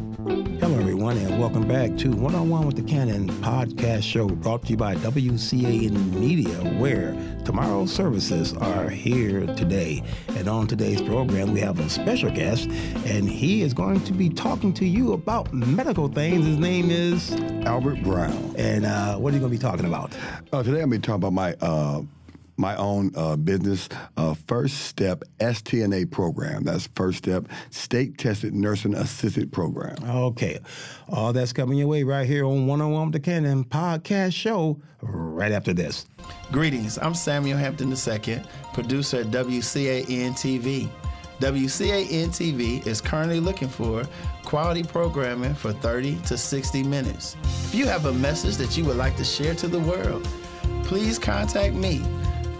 Hello, everyone, and welcome back to One on One with the Canon podcast show brought to you by WCAN Media, where tomorrow's services are here today. And on today's program, we have a special guest, and he is going to be talking to you about medical things. His name is, Albert Brown. and uh, what are you going to be talking about? Uh, today I'm going to be talking about my uh, my own uh, business, uh, First Step STNA program. That's First Step State Tested Nursing Assisted Program. Okay, all that's coming your way right here on One on One with the Canon podcast show right after this. Greetings, I'm Samuel Hampton II, producer at WCAN TV. WCAN TV is currently looking for quality programming for 30 to 60 minutes. If you have a message that you would like to share to the world, please contact me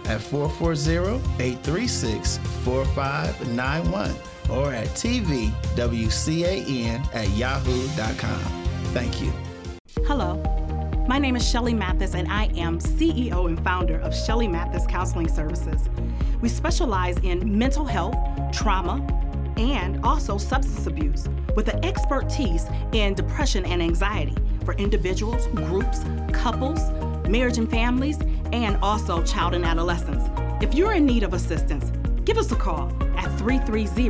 at 440-836-4591 or at tvwcan at yahoo.com. Thank you. Hello. My name is Shelly Mathis, and I am CEO and founder of Shelly Mathis Counseling Services. We specialize in mental health, trauma, and also substance abuse with an expertise in depression and anxiety for individuals, groups, couples, marriage and families, and also child and adolescents. If you're in need of assistance, give us a call at 330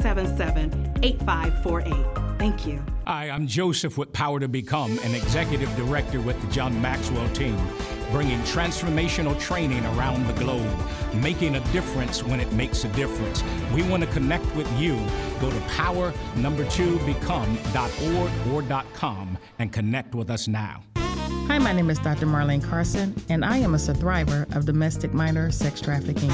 577 8548. Thank you. Hi, I'm Joseph with Power to Become, an executive director with the John Maxwell team, bringing transformational training around the globe, making a difference when it makes a difference. We want to connect with you. Go to power number two become.org or .com and connect with us now. Hi, my name is Dr. Marlene Carson, and I am a survivor of domestic minor sex trafficking.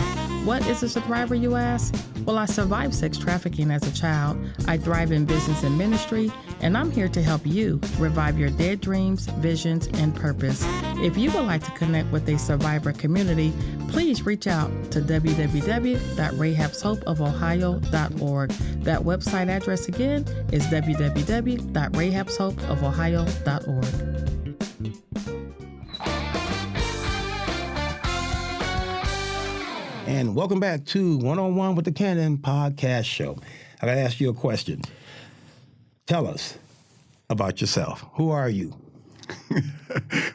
What is a survivor, you ask? Well, I survived sex trafficking as a child. I thrive in business and ministry, and I'm here to help you revive your dead dreams, visions, and purpose. If you would like to connect with a survivor community, please reach out to www.rahabshopeofohio.org. That website address again is www.rahabshopeofohio.org. And welcome back to One on One with the Canon podcast show. I gotta ask you a question. Tell us about yourself. Who are you?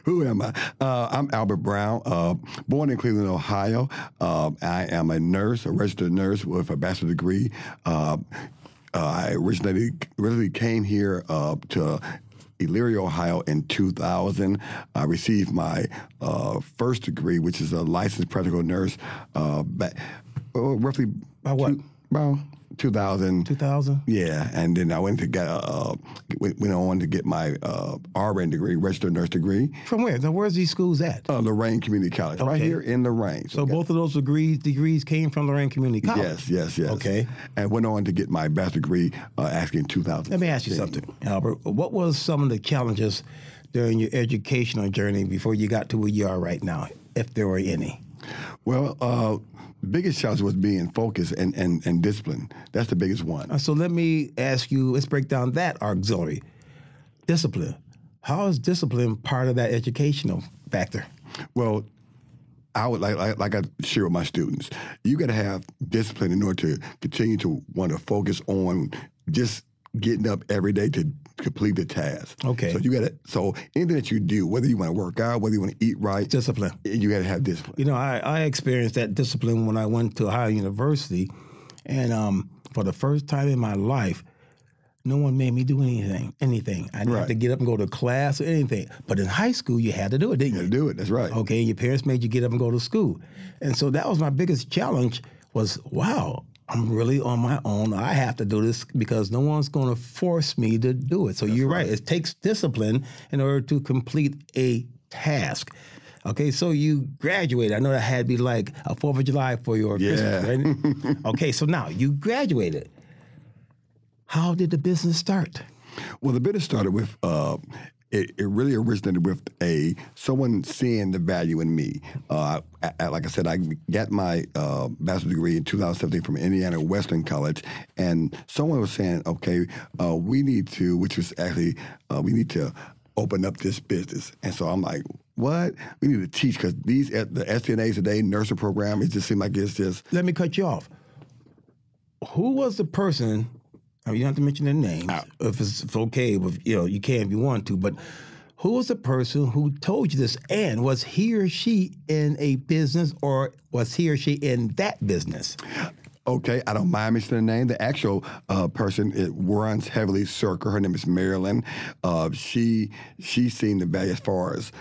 Who am I? Uh, I'm Albert Brown, uh, born in Cleveland, Ohio. Uh, I am a nurse, a registered nurse with a bachelor's degree. Uh, uh, I originally, originally came here uh, to Elyria, Ohio in 2000. I received my uh, first degree, which is a licensed practical nurse, uh, ba- oh, roughly By what? two- about 2000. 2000? Yeah, and then I went to get uh, went, went on to get my uh, RN degree, registered nurse degree, From where? Now, where's these schools at? uh, Lorraine Community College, right Okay. here in Lorraine. so both of those degrees degrees came from Lorraine Community College. Yes, yes, yes. Okay. and went on to get my bachelor's degree, uh, actually in 2000. Let me ask you something, Albert. What was some of the challenges during your educational journey before you got to where you are right now, if there were any? Well, uh, biggest challenge was being focused and and and disciplined. That's the biggest one. Uh, So let me ask you, let's break down that auxiliary. Discipline. How is discipline part of that educational factor? Well, I would like, like like I share with my students. You got to have discipline in order to continue to want to focus on just getting up every day to complete the task. Okay. So you got to so anything that you do, whether you want to work out, whether you want to eat right, Discipline. you got to have discipline. You know, I, I experienced that discipline when I went to Ohio University, and um, for the first time in my life, no one made me do anything. Anything. I didn't have Right. to get up and go to class or anything. But in high school, you had to do it, didn't You you? gotta do it. That's right. Okay, your parents made you get up and go to school, and so that was my biggest challenge. Was wow, I'm really on my own. I have to do this because no one's going to force me to do it. So you're right. It takes discipline in order to complete a task. Okay, so you graduated. I know that had to be like a Fourth of July for your Yeah. Christmas, right? okay, so now you graduated. How did the business start? Well, the business started with uh, it, it really originated with a someone seeing the value in me. Uh, I, I, like I said, I got my uh, bachelor's degree in 2017 from Indiana Western College, and someone was saying, "Okay, uh, we need to," which was actually uh, we need to open up this business. And so I'm like. What we need to teach because these at the STNAs today nursing program it just seemed like it's just let me cut you off. Who was the person I mean, you don't have to mention their names Ah. if it's, if okay, but you know, you can if you want to. But who was the person who told you this? And was he or she in a business or was he or she in that business? Okay, I don't mind mentioning the name. The actual uh, person it runs heavily circle. Her name is Marilyn. Uh, she she's seen the value as far as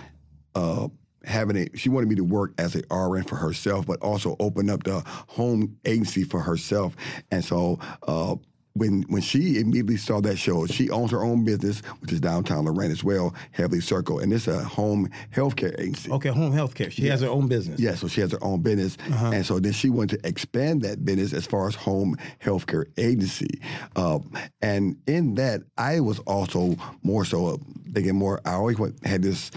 uh, having it. She wanted me to work as a RN for herself, but also open up the home agency for herself. And so. Uh, when, when she immediately saw that show, she owns her own business, which is downtown Lorraine as well, Heavily Circle, and it's a home healthcare agency. Okay, home health care. She has her own business. Yeah, so she has her own business, and so then she wanted to expand that business as far as home healthcare agency, Um and in that I was also more so uh, thinking more. I always went, had this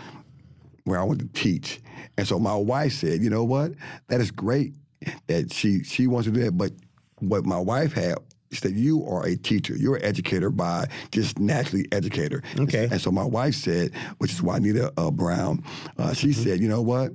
where I wanted to teach, and so my wife said, "You know what? That is great that she she wants to do that, but what my wife had." Is that you are a teacher? You're an educator by just naturally educator. Okay. And so my wife said, which is why Anita uh, Brown, uh, she Mm-hmm. said, you know what?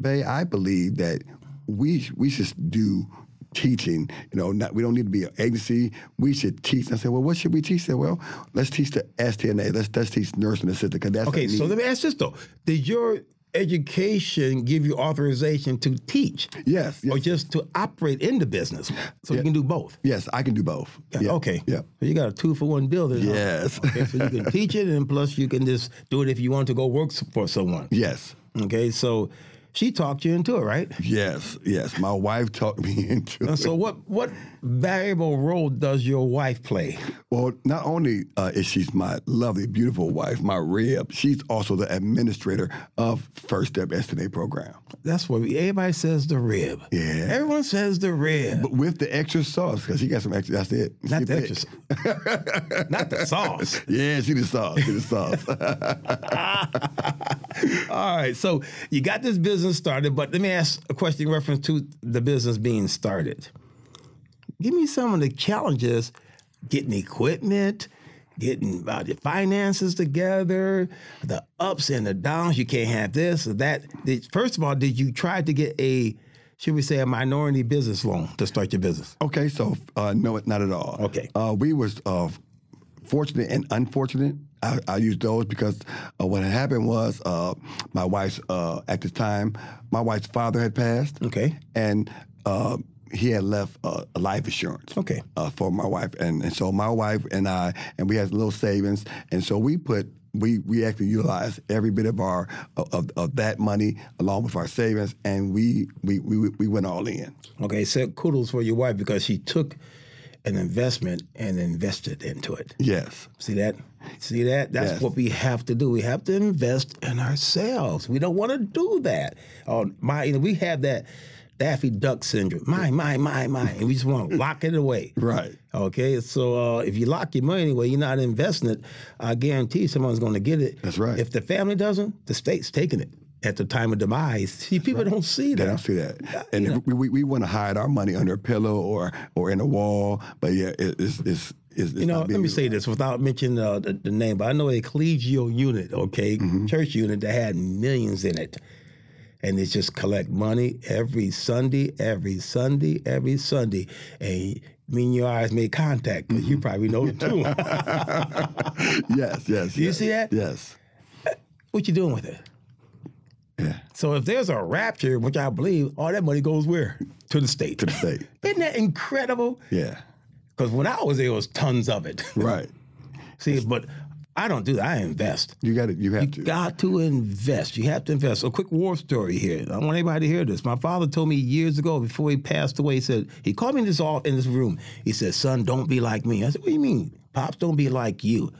Bay, I believe that we sh- we should do teaching. You know, not, we don't need to be an agency. We should teach. And I said, well, what should we teach? They said, well, let's teach the STNA. Let's let's teach nursing assistant because that's a Okay, so need. let me ask this though. Did your education give you authorization to teach? yes, yes, Or just to operate in the business? So you Yeah. can do both. yes, I can do both. Yeah. Uh, Okay. yeah. So you got a two for one deal there. huh? Yes. Okay, so you can teach it, and plus you can just do it if you want to go work s- for someone. Yes. Okay. So she talked you into it, right? Yes, yes. My wife talked me into And it. Uh, so what what variable role does your wife play? Well, not only uh, is she's my lovely, beautiful wife, my rib, she's also the administrator of First Step STNA program. That's what we, everybody says the rib. Yeah. Everyone says the rib. But with the extra sauce, because she got some extra. That's it. not She the picked. extra sauce. Not the sauce. Yeah, she the sauce. She the sauce. All right, so you got this business started, but let me ask a question in reference to the business being started. Give me some of the challenges getting equipment, getting uh, your finances together, the ups and the downs. You can't have this or that. Did, first of all, did you try to get a, should we say, a minority business loan to start your business? okay, so uh, no, not at all. Okay. Uh, we was uh, fortunate and unfortunate. I, I used those because uh, what had happened was uh, my wife's uh, at the time, my wife's father had passed. Okay. and uh, he had left uh, a life insurance. Okay. Uh, for my wife, and, and so my wife and I, and we had little savings, and so we put. We, we actually utilized every bit of our uh, of, of that money along with our savings, and we we, we we went all in. Okay, so kudos for your wife because she took an investment and invested into it. Yes, See that? See that? That's Yes. what we have to do. We have to invest in ourselves. We don't want to do that. Oh my! You know, we have that Daffy Duck syndrome. My, my, my, my, and we just want to lock it away. right. Okay, so uh, if you lock your money anyway, you're not investing it. I guarantee someone's going to get it. That's right. If the family doesn't, the state's taking it at the time of demise. See, people don't see They that. don't see that, and if we, we, we want to hide our money under a pillow or or in a wall, but yeah, it, it's, it's it's You know, let me say this without mentioning uh, the, the name, but I know a collegial unit, okay, Mm-hmm. church unit that had millions in it. And they just collect money every Sunday, every Sunday, every Sunday. And me and your eyes made contact because Mm-hmm. you probably know too. yes, yes. you yes, see that? Yes. what you doing with it? Yeah. So if there's a rapture, which I believe, all that money goes where? To the state. To the state. Isn't that incredible? Yeah. Because when I was there, it was tons of it. Right. See, but I don't do that. I invest. You got it. You have to. Got to invest. You have to invest. A quick war story here. I want everybody to hear this. My father told me years ago before he passed away, he said, he called me in this all in this room. He said, son, don't be like me. I said, what do you mean? Pops, don't be like you.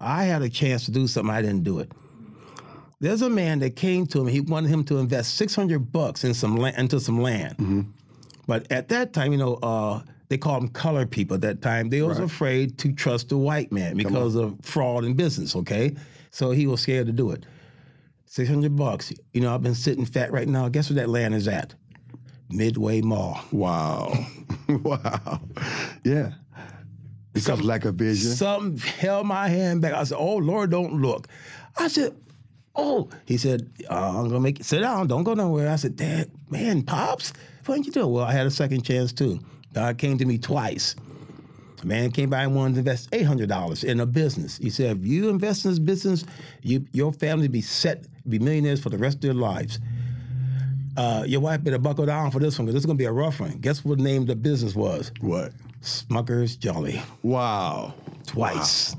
I had a chance to do something, I didn't do it. There's a man that came to him, he wanted him to invest 600 bucks in some land, into some land. But at that time, you know, uh, they called them color people at that time. They was afraid to trust the white man because of fraud in business, okay? So he was scared to do it. 600 bucks. You know, I've been sitting fat right now. Guess where that land is at? Midway Mall. Wow. wow. Yeah. Because lack of vision. Something held my hand back. I said, Oh, Lord, don't look. I said, Oh, he said, uh, I'm going to make you sit down. Don't go nowhere. I said, Dad, man, Pops, what did you do? Well, I had a second chance too. God came to me twice. A man came by and wanted to invest eight hundred dollars in a business. He said, "If you invest in this business, you, your family be set, be millionaires for the rest of their lives. Uh, your wife better buckle down for this one because this is gonna be a rough one." Guess what name the business was? What? Smuckers Jolly. Wow. Twice,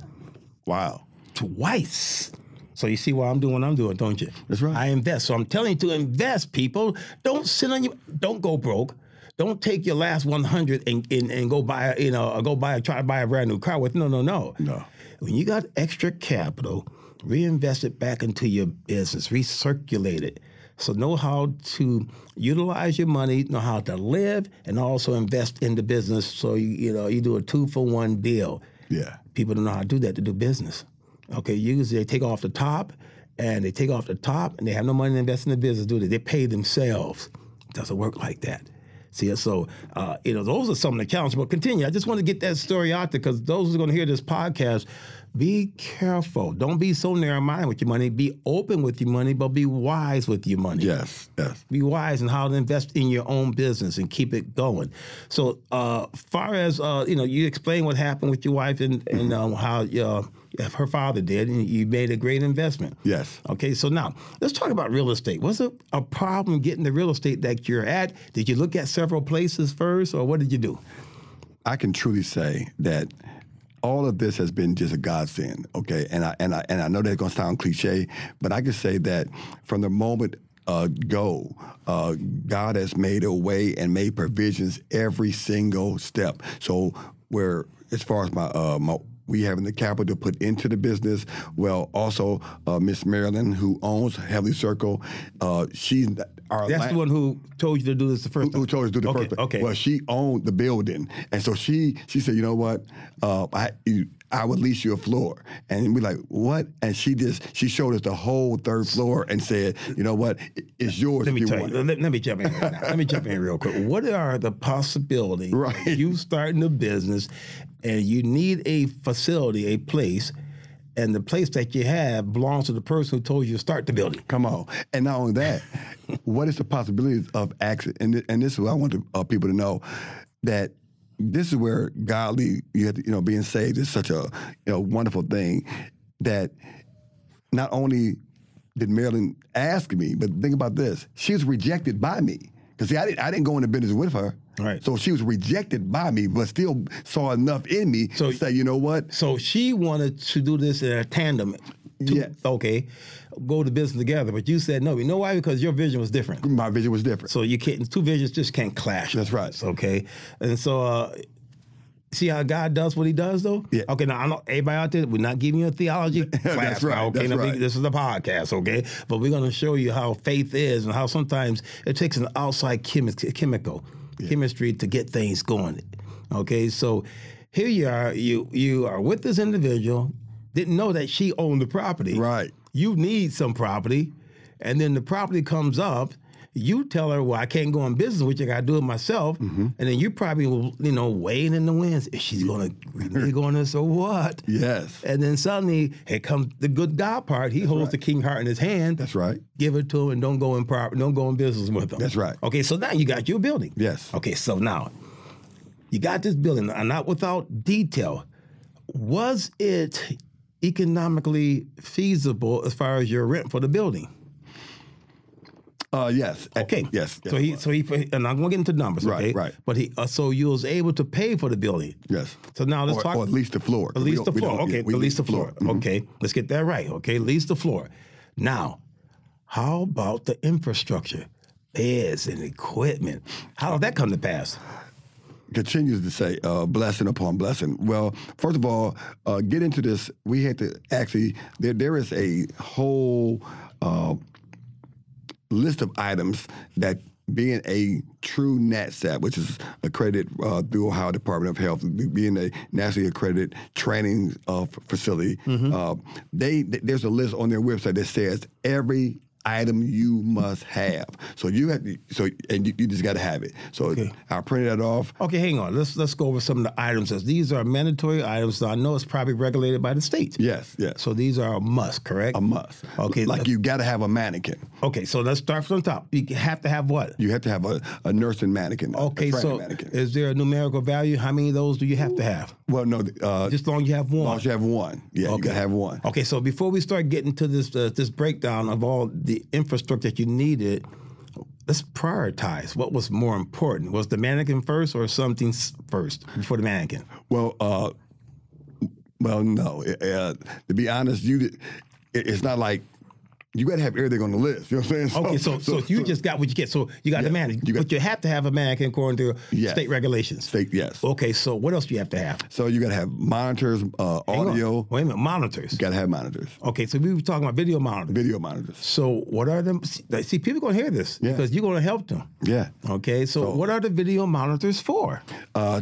Wow. twice. So you see why I'm doing what I'm doing, don't you? That's right. I invest. So I'm telling you to invest, people. Don't sit on your. Don't go broke. Don't take your last 100 and, and, and go buy a- you know or go buy a, try to buy a brand new car with no no no No. when you got extra capital, reinvest it back into your business, recirculate it. So know how to utilize your money, know how to live, and also invest in the business. So you you know you do a two for one deal. Yeah. People don't know how to do that to do business. Okay, usually they take off the top, and they take off the top, and they have no money to invest in the business, do they? They pay themselves. doesn't work like that. See, so uh, you know those are some of the challenges. But continue. I just want to get that story out there because those who are going to hear this podcast, be careful. Don't be so narrow-minded with your money. Be open with your money, but be wise with your money Yes. Yes. be wise in how to invest in your own business and keep it going. So, uh, far as uh, you know, you explained what happened with your wife and Mm-hmm. and um, how uh, if her father did, and you made a great investment. Yes. Okay, so now let's talk about real estate. Was it a problem getting the real estate that you're at? Did you look at several places first, or what did you do? I can truly say that all of this has been just a godsend, okay? And I and I and I know that's gonna sound cliche, but I can say that from the moment uh, go, uh, God has made a way and made provisions every single step. So where as far as my uh, my we having the capital to put into the business. Well, also uh, Miss Marilyn, who owns Heavenly Circle, uh, she's our That's la- the one who told you to do this the first who, who time. told us to do the Okay, first thing. okay. Well, she owned the building, and so she she said, you know what, uh, I you, I would lease you a floor, and we like what? And she just she showed us the whole third floor and said, you know what, It- it's Let yours if me you tell you. want. it." Let, let me jump in. Right now. Let me jump in real quick. What are the possibilities? Right. of You starting a business, and you need a facility, a place, and the place that you have belongs to the person who told you to start the building. Come on. And not only that, what is the possibilities of access? And, thi- and this is what I want to, uh, people to know that this is where godly, you have to, you know, being saved is such a you know wonderful thing that not only did Marilyn ask me, but think about this: she was rejected by me because see, I didn't, I didn't go into business with her. Right. So she was rejected by me, but still saw enough in me So- to say, you know what? So she wanted to do this in a tandem. to- Yes. Okay, go to business together, but you said no. You know why? Because your vision was different. My vision was different. So you can't. Two visions just can't clash. That's right. Okay, and so. Uh, See how God does what He does, though. Yeah. Okay. Now I know everybody out there. We're not giving you a theology class. That's now, right, Okay. that's Now, we- right. This is a podcast, okay? But we're going to show you how faith is and how sometimes it takes an outside chemi- chemical chemistry to get things going. Okay. So here you are. You you are with this individual. Didn't know that she owned the property. Right. You need some property, and then the property comes up. You tell her, "Well, I can't go in business with you. I got to do it myself." And then you probably, will, you know, weighing in the winds. Is she gonna renege on this or what? yes. And then suddenly, here comes the good God part. He holds the king heart in his hand. That's right. Give it to him and don't go in prop, don't go in business with him. That's right. Okay, so now you got your building. Yes. Okay, so now you got this building, and not without detail. Was it economically feasible as far as your rent for the building? Uh, yes. Okay. Yes. yes, so he, it was. so he, and I'm gonna get into numbers. Right, Okay. right. But he, uh, so you was able to pay for the building. Yes. So now let's or, talk. or at least the floor. At We least the don't- we floor. don't- Okay, yeah, we at least the floor. Mhm. Okay, let's get that right. Okay, at least the floor. Now, how about the infrastructure, beds and equipment? How did that come to pass? Continues to say uh, blessing upon blessing. Well, first of all, uh, get into this. We had to actually there. There is a whole uh, list of items that being a true NatSat, which is accredited uh, through Ohio Department of Health, being a nationally accredited training uh, f- facility, uh, they th- there's a list on their website that says every item you must have. So you have to, so and you, you just got to have it. So I printed that off. Okay, hang on. Let's let's go over some of the items. These are mandatory items. So I know it's probably regulated by the state. Yes, yes. So these are a must, correct? a must. Okay, uh, like let's- you got to have a mannequin. Okay, so let's start from the top. You have to have what? You have to have a, a nursing mannequin. a Okay, training so mannequin. is there a numerical value? How many of those do you have to have? well, no, uh, Just long you have as long one. as you have one. Yeah, you got to have one. Okay, so before we start getting to this uh, this breakdown of all the infrastructure that you needed, let's prioritize what was more important. Was the mannequin first or something s- first before the mannequin? Well, uh, well, no. Uh, to be honest, you did, it, it's not like you got to have everything on the list. You know what I'm saying? Okay, so so, you just got what you get. So you got the Yeah, mannequin, you got- but you have to have a mannequin according to Yes. state regulations. State- yes. Okay, so what else do you have to have? So you got to have monitors, uh, Hang on. audio. Wait a minute, monitors. Got to have monitors, Okay, so we were talking about video monitors. video monitors. So what are them? See, see, people gonna hear this Yeah. because you're gonna help them. Yeah. Okay, so, what are the video monitors for? Uh,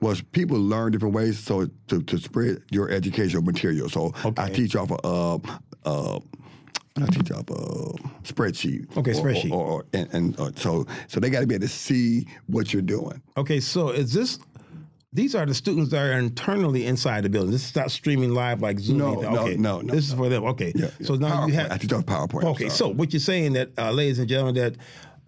was people learn different ways so to, to spread your educational material. So I Okay. teach off a uh, uh, I teach off a spreadsheet. Okay, Or- or- spreadsheet. Or, or- and, and uh, so so they got to be able to see what you're doing. Okay, so is this? These are the students that are internally inside the building. This is not streaming live like Zoom. No, either. no, okay. no, no, This is for them. Okay, Yeah, so yeah. now you PowerPoint. have I teach off PowerPoint. I'm Okay, sorry. so what you're saying that, uh, ladies and gentlemen, that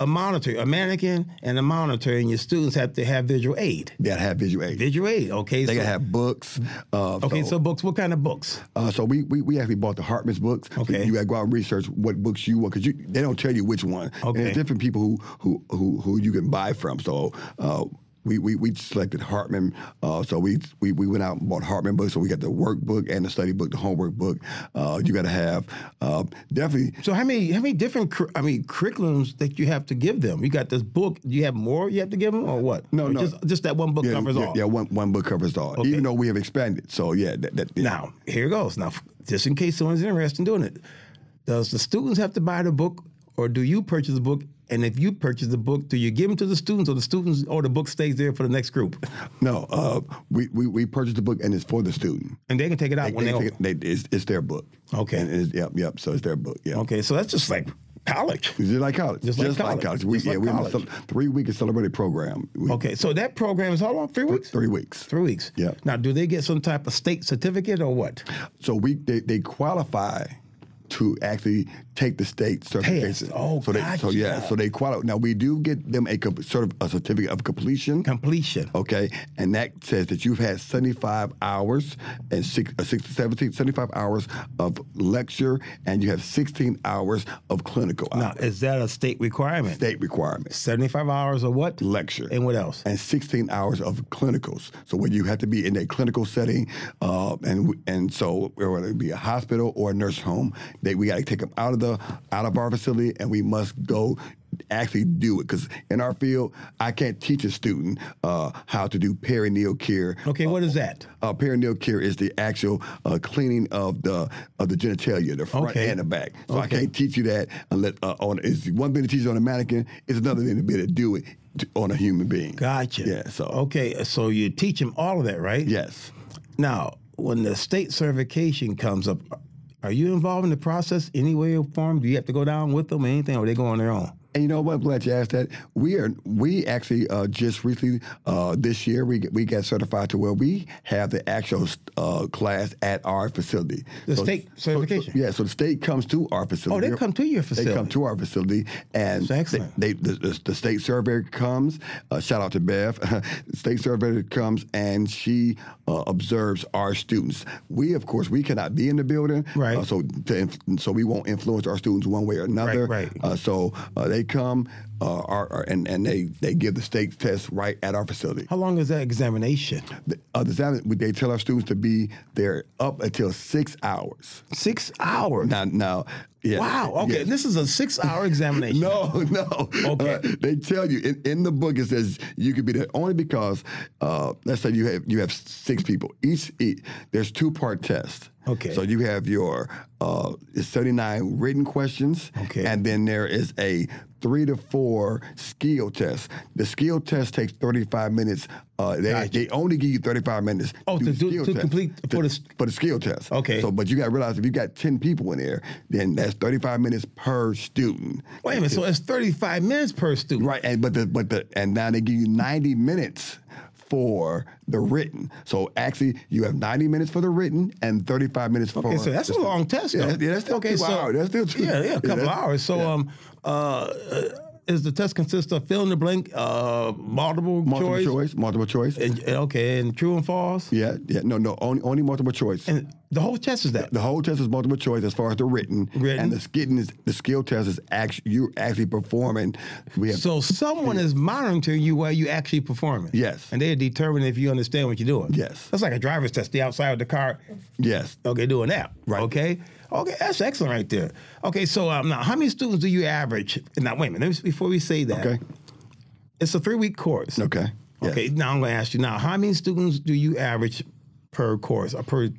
a monitor, a mannequin, and a monitor, and your students have to have visual aid. They got to have visual aid. Visual aid. Okay, They so, got to have books. Uh, okay. So, books. What kind of books? Uh, so we, we we actually bought the Hartman's books. So Okay. you got to go out and research what books you want because you they don't tell you which one. And Okay. there's different people who who who who you can buy from. So. Uh, we, we, we selected Hartman, uh, so we, we we went out and bought Hartman books. So we got the workbook and the study book, the homework book. Uh, you got to have uh, definitely So how many how many different cur- I mean curriculums that you have to give them? You got this book. Do you have more you have to give them or what? No, Or no. Just just that one book yeah, covers yeah, all. yeah, one one book covers all. Even though we have expanded, so yeah, that, that yeah. Now here goes. Now f- just in case someone's interested in doing it, does the students have to buy the book or do you purchase the book? And if you purchase the book, do you give them to the students or the students or the book stays there for the next group? no, uh, we, we we purchased the book and it's for the student. And they can take it out They, when they they, take it- they- it's, it's their book. Okay. And it's, yep, yep. So it's their book. Yeah. Okay, so that's just like college. Just like college. Just like college. We, Just yeah, like we have a college. cel- three week accelerated program. We- Okay, so that program is how long? Three weeks? Three weeks. Three weeks. Yeah. Now, do they get some type of state certificate or what? So we they, they qualify to actually take the state certification. Oh, so they, So yeah, gotcha. so they qualify. Now we do get them a com- sort of a certificate of completion. Completion. Okay, and that says that you've had 75 hours and six, uh, six, 17, 75 hours of lecture, and you have 16 hours of clinical Now, hours. is that a state requirement? State requirements. 75 hours of what? lecture. And what else? And 16 hours of clinicals. So when you have to be in a clinical setting, uh, and and so whether it be a hospital or a nursing home, they we got to take them out of the out of our facility, and we must go actually do it because in our field, I can't teach a student uh, how to do perineal care. Okay, what is that? Uh, perineal care is the actual uh, cleaning of the of the genitalia, the front Okay. and the back. So I Okay. can't teach you that unless uh, on it's one thing to teach you on a mannequin, it's another thing to be able to do it to, on a human being. Gotcha. Yeah. So Okay, so you teach them all of that, right? Yes. Now, when the state certification comes up, are you involved in the process any way or form? Do you have to go down with them or anything, or they go on their own? And you know what? I'm glad you asked that. We are we actually uh, just recently uh, this year we we got certified to where we have the actual uh, class at our facility. The state certification. yeah, so the state comes to our facility. Oh, they come to your They facility. come to our facility, and That's excellent. They, they the, the, the state surveyor comes. Uh, shout out to Bev. The state surveyor comes and she uh, observes our students. We, of course, we cannot be in the building, Right. Uh, so to inf- so we won't influence our students one way or another. Right, right. Uh, so uh, they come, uh, our, our- and and they they give the state test right at our facility. How long is that examination? The, uh, the exam- they tell our students to be there up until six hours. Six hours. Now, now, yeah. Wow. Okay, Yes. this is a six-hour examination. No, no. Okay. Uh, they tell you in, in the book it says you could be there only because uh, let's say you have you have six people. Each, each there's two part tests. Okay. So you have your uh, it's 79 written questions. Okay. And then there is a three to four skill tests. The skill test takes 35 minutes. Uh, they, they only give you 35 minutes. Oh, to the do- skill to complete- for the s- for the skill test. Okay. So, but you got to realize if you got 10 people in there, then that's 35 minutes per student. Wait a minute. So it's 35 minutes per student. Right, and but the but the and now they give you ninety minutes for the written. So actually, you have ninety minutes for the written and thirty five minutes for. Okay, so that's a the- long test. Yeah, though. that's- yeah, that's still okay, two so, hours. That's still two- yeah, yeah, yeah, a couple that's- hours. So um, uh, uh, is the test consist of fill in the blank, uh, multiple, multiple choice, choice, multiple choice. And, and okay, and true and false, yeah, yeah, no, no, only only multiple choice. and the whole test is that. the whole test is multiple choice as far as the written, Written. and the skidding is the skill test is actually you're actually performing. We have So someone is monitoring you while you actually performing. Yes. And they determine if you understand what you're doing. Yes. That's like a driver's test. They outside with the car. yes, Okay, doing that. Right. Okay. Okay, that's excellent right there. Okay, so um, now how many students do you average? Now wait a minute. let me- Before we say that, okay, it's a three week course. okay, yes. Okay. Now I'm gonna ask you now, how many students do you average per course or per?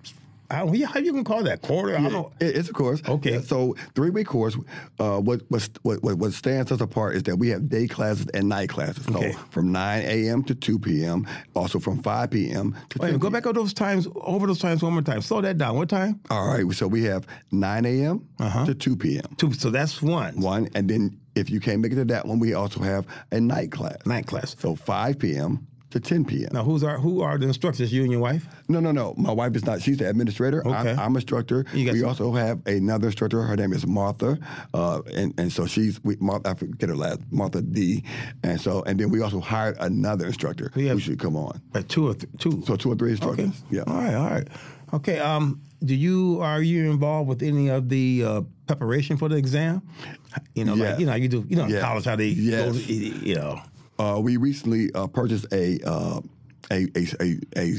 I don't, how you can call that quarter? I don't. It- it's a course. Okay. Yeah, so three week course. Uh, what, what what what stands us apart is that we have day classes and night classes. So Okay. from nine a.m. to two p.m. Also from five p.m. to Wait, a 10 minute, go p.m. back over those times. Over those times one more time. Slow that down. What time? All right. So we have nine a.m. to two p.m. Uh-huh. Two. So that's one. One, and then if you can't make it to that one, we also have a night class. Night class. So five p.m. to ten p.m. Now, who's are who are the instructors? You and your wife? No, no, no. My wife is not. She's the administrator. Okay. I'm, I'm instructor. You got we some- also have another instructor. Her name is Martha, uh, and and so she's we, Martha. I forget her last Martha D. And so and then we also hired another instructor We have- who should come on. Uh, two or th- two. So two or three instructors. okay. Yeah. All right. All right. Okay. Um. Do you are you involved with any of the uh, preparation for the exam? You know, Yeah. like you know, how you do. You know, in Yeah. college how they go. Yes. You know. Uh, we recently uh, purchased a, uh, a, a a a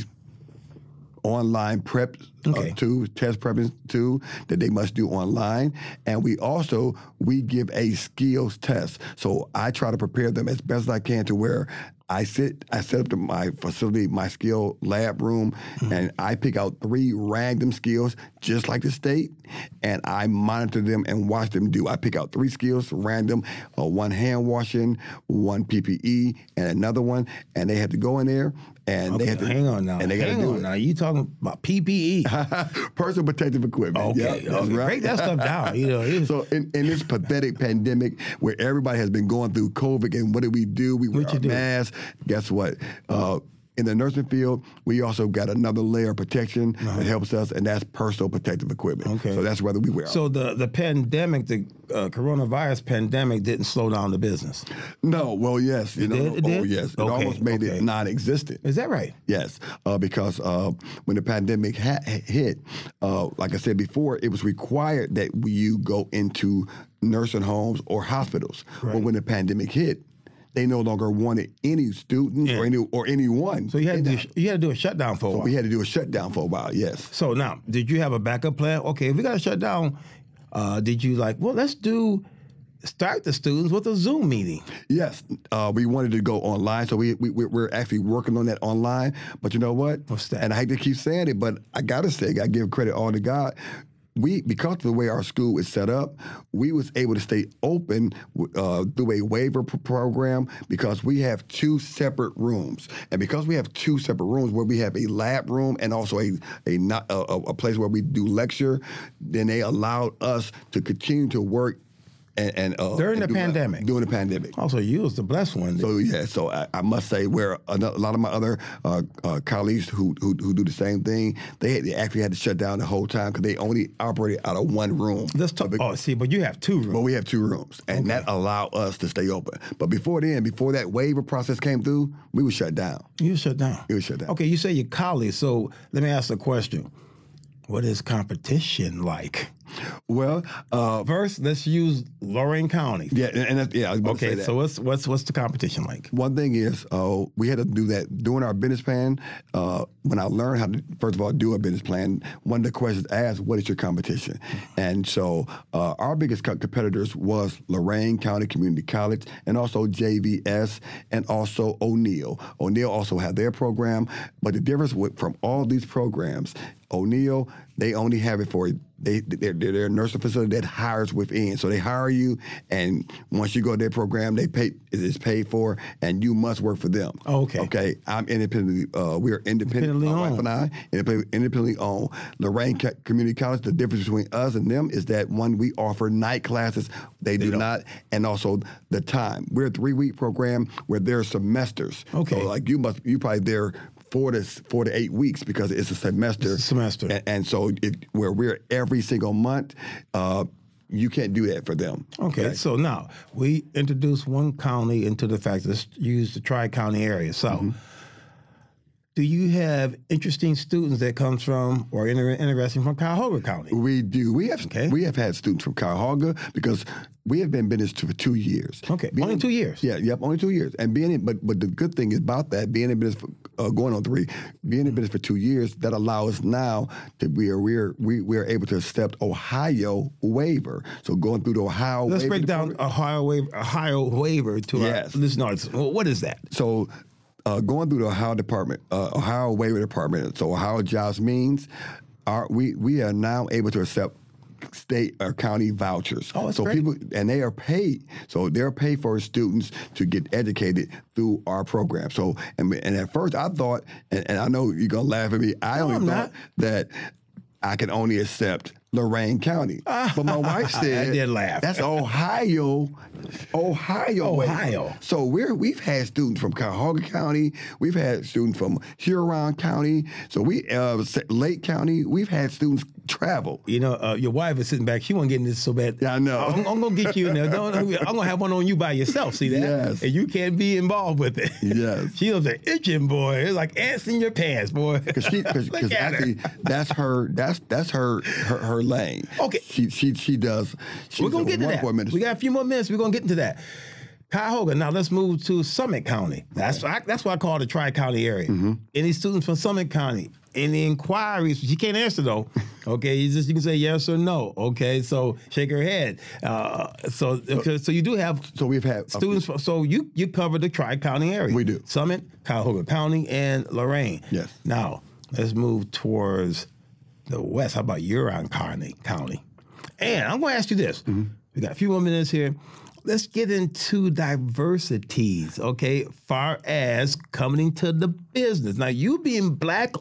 online prep uh, Okay. tool, test prepping tool that they must do online, and we also we give a skills test. So I try to prepare them as best I can to where. I sit. I set up the, my facility, my skill lab room, Hmm. and I pick out three random skills, just like the state, and I monitor them and watch them do. I pick out three skills, random, uh, one hand washing, one PPE, and another one, and they have to go in there and they Okay, have to hang on now. and they got to hang do on it. now. You talking about PPE? Personal protective equipment. Okay. Yep, that's okay. right. Break that stuff down. You know. it's- So in, in this pathetic pandemic where everybody has been going through COVID, and what do we do? We wear What you our do? masks. Guess what? Uh, in the nursing field, we also got another layer of protection that helps us, and that's personal protective equipment. Okay. So that's whether we wear. So the the pandemic, the uh, coronavirus pandemic, didn't slow down the business. no, well, yes, you It know, did? It oh did? yes, it Okay, almost made okay. it non-existent. Is that right? Yes, uh, because uh, when the pandemic ha- hit, uh, like I said before, it was required that you go into nursing homes or hospitals. But when the pandemic hit, they no longer wanted any student or any or anyone. So you had to do, you had to do a shutdown for a while. we had to do a shutdown for a while. Yes. So now, did you have a backup plan? Okay, if we got to shut down, uh, did you like, well, let's do start the students with a Zoom meeting? Yes, uh, we wanted to go online, so we, we we're- we're actually working on that online. But you know what? What's that? And I hate to keep saying it, but I gotta say, I give credit all to God. We, because of the way our school is set up, we was able to stay open uh, through a waiver pro- program because we have two separate rooms, and because we have two separate rooms where we have a lab room and also a a not a, a a place where we do lecture, then they allowed us to continue to work. And, and uh, During and the do lab- pandemic. during the pandemic, Also, you was the blessed one. so yeah, so I, I must say, where a no- a lot of my other uh, uh, colleagues who, who who do the same thing, they, had, they actually had to shut down the whole time because they only operated out of one room. Let's talk. Oh, see, but you have two But rooms. we have two rooms, and that allowed us to stay open. But before then, before that waiver process came through, we were shut down. You shut down. You shut down. Okay, you say your colleagues. So let me ask a question. What is competition like? Well, uh, First, let's use Lorraine County. yeah, and, and that's, yeah, I was about to say Okay, that. so what's what's what's the competition like? One thing is, uh, we had to do that during our business plan. Uh, when I learned how to, first of all, do a business plan, one of the questions asked, "What is your competition?" And so, uh, our biggest co- competitors was Lorain County Community College, and also JVS, and also O'Neill. O'Neill also had their program, but the difference with, from all these programs, O'Neill They only have it for they they're, they're a nursing facility that hires within. So they hire you, and once you go to their program, they pay it's paid for, and you must work for them. Oh, Okay. Okay. I'm independently. Uh, we are independent. Independently my wife owned. and I independently, independently owned. Lorraine Co- Community College. The difference between us and them is that one we offer night classes. They, do not, and also the time. We're a three week program where there are semesters. Okay. So like you must you probably there. Four to four to eight weeks because it's a semester. It's a semester. A- and so if, where we're every single month, uh, you can't do that for them. Okay, so now we introduce one county into the fact let's use the tri county area. So, Mm-hmm. do you have interesting students that comes from or inter- interesting from Cuyahoga County? We do. We have Okay. we have had students from Cuyahoga because we have been business for two years. Okay, only two years. Yeah, yep, only two years. And being in, but but the good thing about that being in business for, uh, going on three, being in business for two years, that allows us now to be a, we're we we're able to accept Ohio waiver. So going through the Ohio. Let's waiver break down Ohio waiver, Ohio waiver to Yes. our listening audience. Well, What is that? so uh, going through the Ohio Department, uh, Ohio Waiver Department, so Ohio Jobs means are we we are now able to accept state or county vouchers. Oh, that's so great. people and they are paid. So they're paid for students to get educated through our program. So and, and at first I thought, and, and I know you're gonna laugh at me. I only I'm not. thought that I can only accept Lorraine County. But my wife said Ah, did laugh. that's Ohio, Ohio, waiver." Ohio. So we're we've had students from Cuyahoga County, we've had students from Huron County, so we uh, S- Lake County, we've had students travel. You know, uh, your wife is sitting back. She wasn't getting this so bad. Yeah, I know. I'm, I'm gonna get you in there. Don't, I'm gonna have one on you by yourself. See that? Yes. And you can't be involved with it. Yes. she was an itching boy. It's like ants in your pants, boy. Cause she, cause, Look 'cause at her. actually, that's her. That's that's her her, her lane. Okay. She she she does. She's We're gonna a get to that. wonderful administrator. We got a few more minutes. We're gonna get into that. Cuyahoga. Now let's move to Summit County. That's I, that's what I call the Tri County area. Mm-hmm. Any students from Summit County? Any inquiries? She can't answer though. Okay, you just you can say yes or no. Okay, so shake her head. Uh, so okay, so you do have so we've had a- students. From, so you you cover the Tri County area. We do. Summit, Cuyahoga County, and Lorraine. Yes. Now let's move towards the west. How about Huron County? County. And I'm going to ask you this. Mm-hmm. We got a few more minutes here. Let's get into diversities, okay? Far as coming into the business. Now, you being black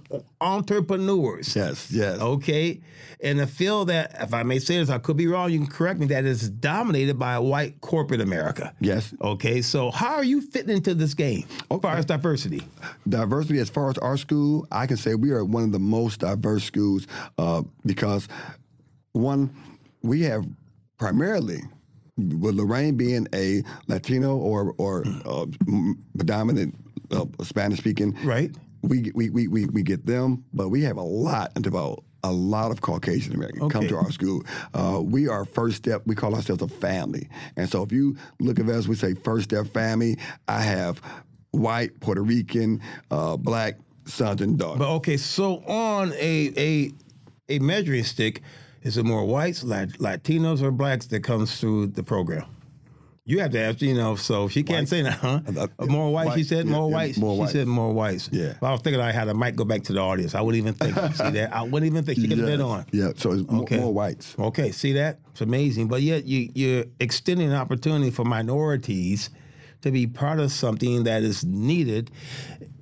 entrepreneurs. Yes, yes. Okay, in a field that, if I may say this, I could be wrong. You can correct me. That is dominated by white corporate America. Yes. Okay. So how are you fitting into this game? As far as diversity. diversity as far as our school i can say we are one of the most diverse schools uh, because one we have primarily with lorraine being a latino or or uh, m- predominant uh, spanish speaking Right. we, we, we, we, we get them but we have a lot and about a lot of Caucasian Americans come Okay. to our school. Uh, we are first step. We call ourselves a family, and so if you look at us, we say first step family. I have white, Puerto Rican, uh, black sons and daughters. But okay, so on a a a measuring stick, is it more whites, Lat- Latinos, or blacks that comes through the program? You have to ask, you know. So she can't say that, huh? Uh, uh, more whites, she white, said. yeah, more yeah, whites, more she whites. said. More whites. Yeah. But I was thinking I had a mic go back to the audience. I wouldn't even think. see that? I wouldn't even think she could have been on. Yeah, so it's mo- Okay. more, whites. Okay, see that? It's amazing. But yet you, you're extending an opportunity for minorities to be part of something that is needed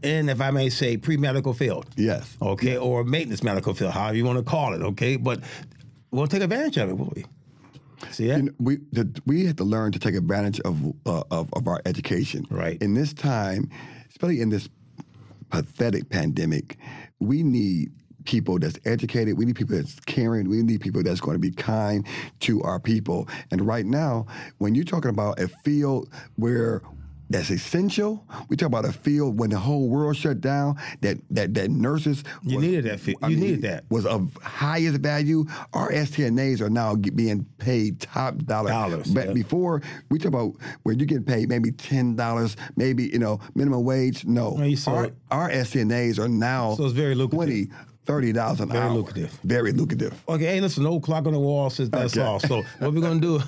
in, if I may say, pre-medical field. Yes. Okay, or maintenance medical field, however you want to call it, okay? But we'll take advantage of it, will we? See that? You know, we the, we have to learn to take advantage of, uh, of of our education. Right. In this time, especially in this pathetic pandemic, we need people that's educated. We need people that's caring. We need people that's going to be kind to our people. And right now, when you're talking about a field where that's essential. We talk about a field when the whole world shut down. That that that nurses You needed that fi- you needed that. was of highest value. Our STNAs are now get, being paid top dollar. Dollars, But yeah. before we talk about where you get paid maybe ten dollars, maybe you know minimum wage. No, No, you saw our, it. our STNAs are now So it's very lucrative. twenty. Thirty dollars an Very hour. lucrative. Very lucrative. Okay, hey, listen, no clock on the wall says that's Okay. all. So what we're gonna do?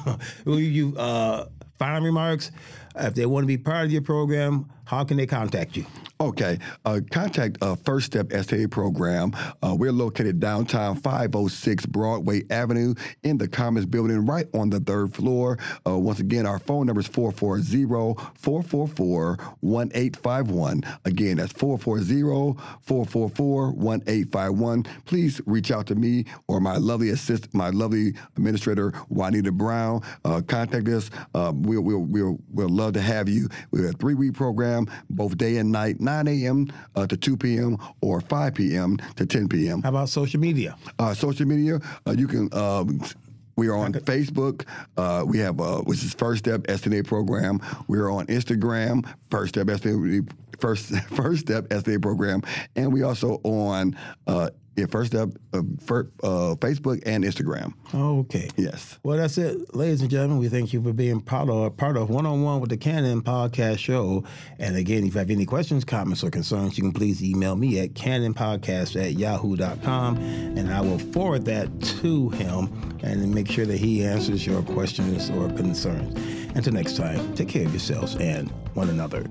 will you uh, final remarks? If they want to be part of your program, how can they contact you? Okay. Uh, contact uh, First Step STA program. Uh, we're located downtown 506 Broadway Avenue in the Commons Building, right on the third floor. Uh, once again, our phone number is 440 444 1851. Again, that's 440 444 1851. Please reach out to me or my lovely assist, my lovely administrator, Juanita Brown. Uh, contact us. Uh, we'll, we'll, we'll, we'll love to have you. We're a three week program, both day and night, 9 a.m. Uh, to 2 p.m. or 5 p.m. to 10 p.m. How about social media? Uh, social media, uh, you can. Uh, we are on Facebook. Uh, we have uh, which is First Step SNA program. We are on Instagram, First Step SNA, First First Step SNA program, and we also on uh, yeah, First Step uh, fir- uh, Facebook and Instagram. Okay. Yes. Well, that's it, ladies and gentlemen. We thank you for being part of part of one on one with the Canon Podcast Show. And again, if you have any questions, comments, or concerns, you can please email me at canonpodcast at yahoo.com and I will forward that to him and then make sure that he answers your questions or concerns. Until next time, take care of yourselves and one another.